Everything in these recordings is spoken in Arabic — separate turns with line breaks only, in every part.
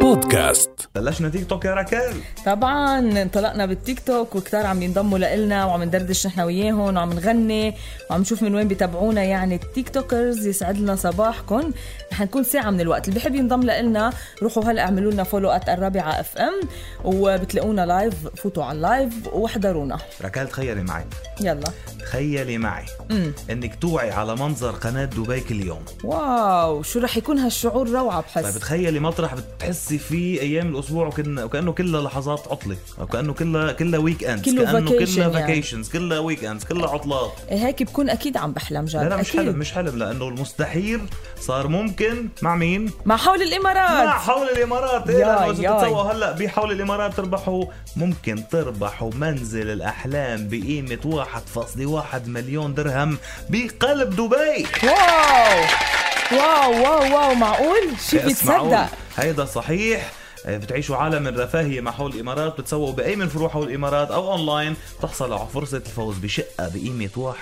بودكاست
بلشنا تيك توك يا ركال
طبعا انطلقنا بالتيك توك وكتار عم ينضموا لإلنا وعم ندردش نحن وياهم وعم نغني وعم نشوف من وين بتابعونا يعني التيك توكرز يسعد لنا صباحكم رح نكون ساعة من الوقت اللي بحب ينضم لإلنا روحوا هلا اعملوا لنا فولو ات الرابعة اف ام وبتلاقونا لايف فوتوا على اللايف واحضرونا
ركال تخيلي معي
يلا
تخيلي معي
امم
انك توعي على منظر قناه دبي كل يوم
واو شو رح يكون هالشعور روعة
طيب
بحس
تخيلي مطرح بتحسي فيه ايام الاسبوع وكنا وكانه كلها لحظات عطله او كانه كلها كلها ويك اندز
كله
كانه
vacation
كلها
يعني.
فاكيشنز كلها ويك اندز كلها عطلات
إيه، هيك بكون اكيد عم بحلم جد
لا لا مش
أكيد.
حلم مش حلم لانه المستحيل صار ممكن مع مين؟
مع حول الامارات
مع حول الامارات
ياي
ايه لانه اذا
ياي.
بتتسوقوا هلا بحول الامارات تربحوا ممكن تربحوا منزل الاحلام بقيمه 1.1 مليون درهم بقلب دبي
واو واو واو واو معقول شو
اسمعوا
بيتصدق
هيدا صحيح آه، بتعيشوا عالم الرفاهية مع حول الإمارات بتسوقوا بأي من فروع حول الإمارات أو أونلاين تحصلوا على فرصة الفوز بشقة بقيمة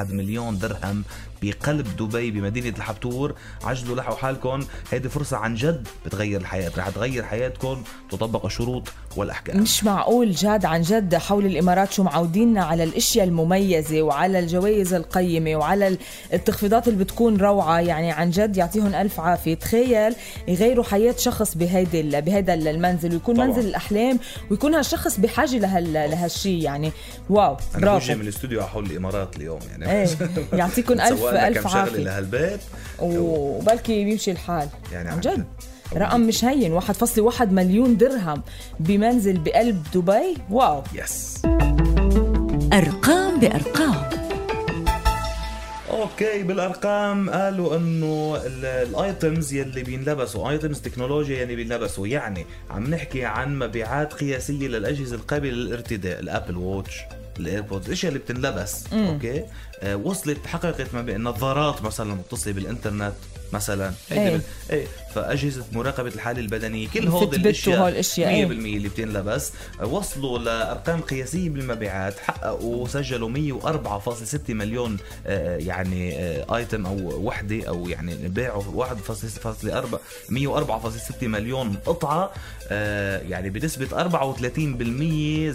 1.1 مليون درهم بقلب دبي بمدينة الحبتور عجلوا لحقوا حالكم هيدي فرصة عن جد بتغير الحياة رح تغير حياتكم تطبق الشروط والأحكام
مش معقول جاد عن جد حول الامارات شو معوديننا على الاشياء المميزه وعلى الجوائز القيمه وعلى التخفيضات اللي بتكون روعه يعني عن جد يعطيهم الف عافيه تخيل يغيروا حياه شخص بهيدي ال- بهيدا المنزل ويكون
طبعاً.
طبعا. منزل الاحلام ويكون هالشخص بحاجه لهال لهالشيء يعني واو
أنا بوجي
برافو
من الاستوديو على حول الإمارات اليوم يعني
ايه يعطيكم الف
سوقنا
الف
كم شغلة
عافيه
لهالبيت
وبلكي بيمشي الحال
يعني
عن
عن
جد
جد.
رقم مش هين 1.1 مليون درهم بمنزل بقلب دبي واو
يس
أرقام بأرقام
اوكي بالارقام قالوا انه ال- الايتمز يلي بينلبسوا ايتمز تكنولوجيا يلي بينلبسوا يعني عم نحكي عن مبيعات قياسيه للاجهزه القابله للارتداء الابل ووتش الايربودز الاشياء اللي بتنلبس مم. اوكي آه وصلت حققت مبيع النظارات مثلا متصله بالانترنت مثلا
إيه.
ايه ايه فاجهزه مراقبه الحاله البدنيه كل هول
فيتبت وهول الأشياء، إيه.
الاشياء 100% اللي بتنلبس وصلوا لارقام قياسيه بالمبيعات حققوا سجلوا 104.6 مليون آه، يعني آه، ايتم او وحده او يعني باعوا 1.4 104.6 مليون قطعه آه، يعني بنسبه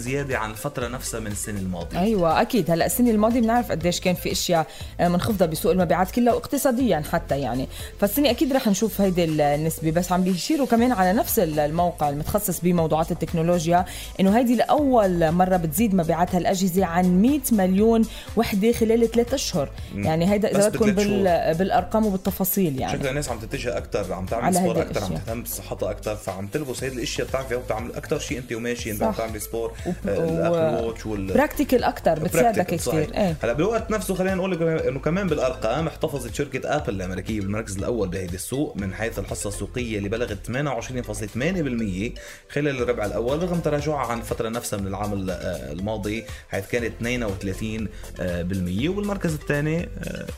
34% زياده عن الفتره نفسها من السنه الماضيه
ايوه اكيد هلا السنه الماضيه بنعرف قديش كان في اشياء آه، منخفضه بسوق المبيعات كلها واقتصاديا حتى يعني فالسنه اكيد رح نشوف هيدي النسبه بس عم بيشيروا كمان على نفس الموقع المتخصص بموضوعات التكنولوجيا انه هيدي لاول مره بتزيد مبيعات هالاجهزه عن 100 مليون وحده خلال ثلاث اشهر يعني هيدا
بس
اذا بدكم
بثلاث
بال... بالارقام وبالتفاصيل يعني
شكل الناس عم تتجه اكثر عم تعمل
على
سبور
هيدي
اكثر عم
الأشياء.
تهتم بصحتها اكثر فعم تلبس هيدي الاشياء بتعرفي بتعمل اكثر شيء انت وماشي انت عم
صح.
تعملي سبور
وب-
آه،
و-
الابل ووتش وال
براكتيكال اكثر بتساعدك
practical، صحيح.
كثير ايه
هلا بالوقت نفسه خلينا نقول لكم انه كمان بالارقام احتفظت شركه ابل الامريكيه بالمركز الاول بهيدي السوق من حيث الحصه السوقيه اللي بلغت 28.8% خلال الربع الاول رغم تراجعها عن الفتره نفسها من العام ال- آه، الماضي حيث كانت 32% آه، بالمية. والمركز الثاني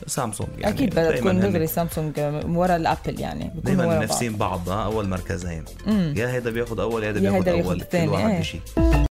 سامسونج يعني
اكيد بدها
دايماً
تكون
هن-
دغري سامسونج ورا الابل يعني بيكون
دائما
ورا بعض
نفسين بعض ها اول مركزين يا هيدا بياخد اول يا هيدا
يا
بياخد
هيدا بياخد
اول كل
التاني،
واحد
إيه.
بشيء